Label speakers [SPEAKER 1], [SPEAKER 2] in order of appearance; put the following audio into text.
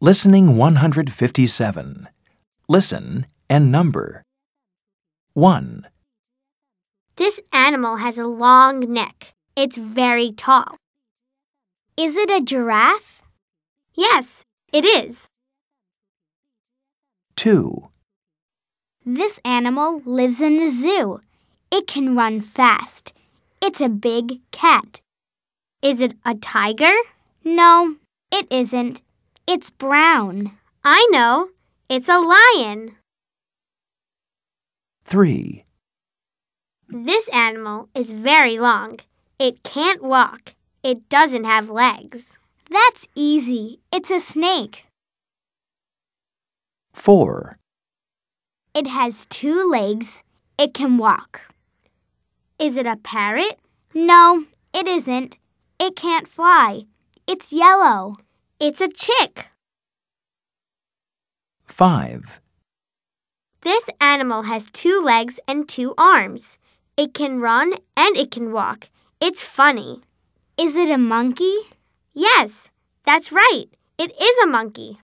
[SPEAKER 1] Listening 157. Listen and number. 1,
[SPEAKER 2] This animal has a long neck. It's very tall. Is it a giraffe? Yes, it is.
[SPEAKER 1] 2,
[SPEAKER 2] This animal lives in the zoo. It can run fast. It's a big cat. Is it a tiger? No, it isn't. It's brown. I know. It's a lion.
[SPEAKER 1] 3,
[SPEAKER 2] This animal is very long. It can't walk. It doesn't have legs. That's easy. It's a snake.
[SPEAKER 1] 4,
[SPEAKER 2] It has two legs. It can walk. Is it a parrot? No, it isn't. It can't fly. It's yellow. It's a chick.
[SPEAKER 1] 5,
[SPEAKER 2] This animal has two legs and two arms. It can run and it can walk. It's funny. Is it a monkey? Yes, that's right. It is a monkey.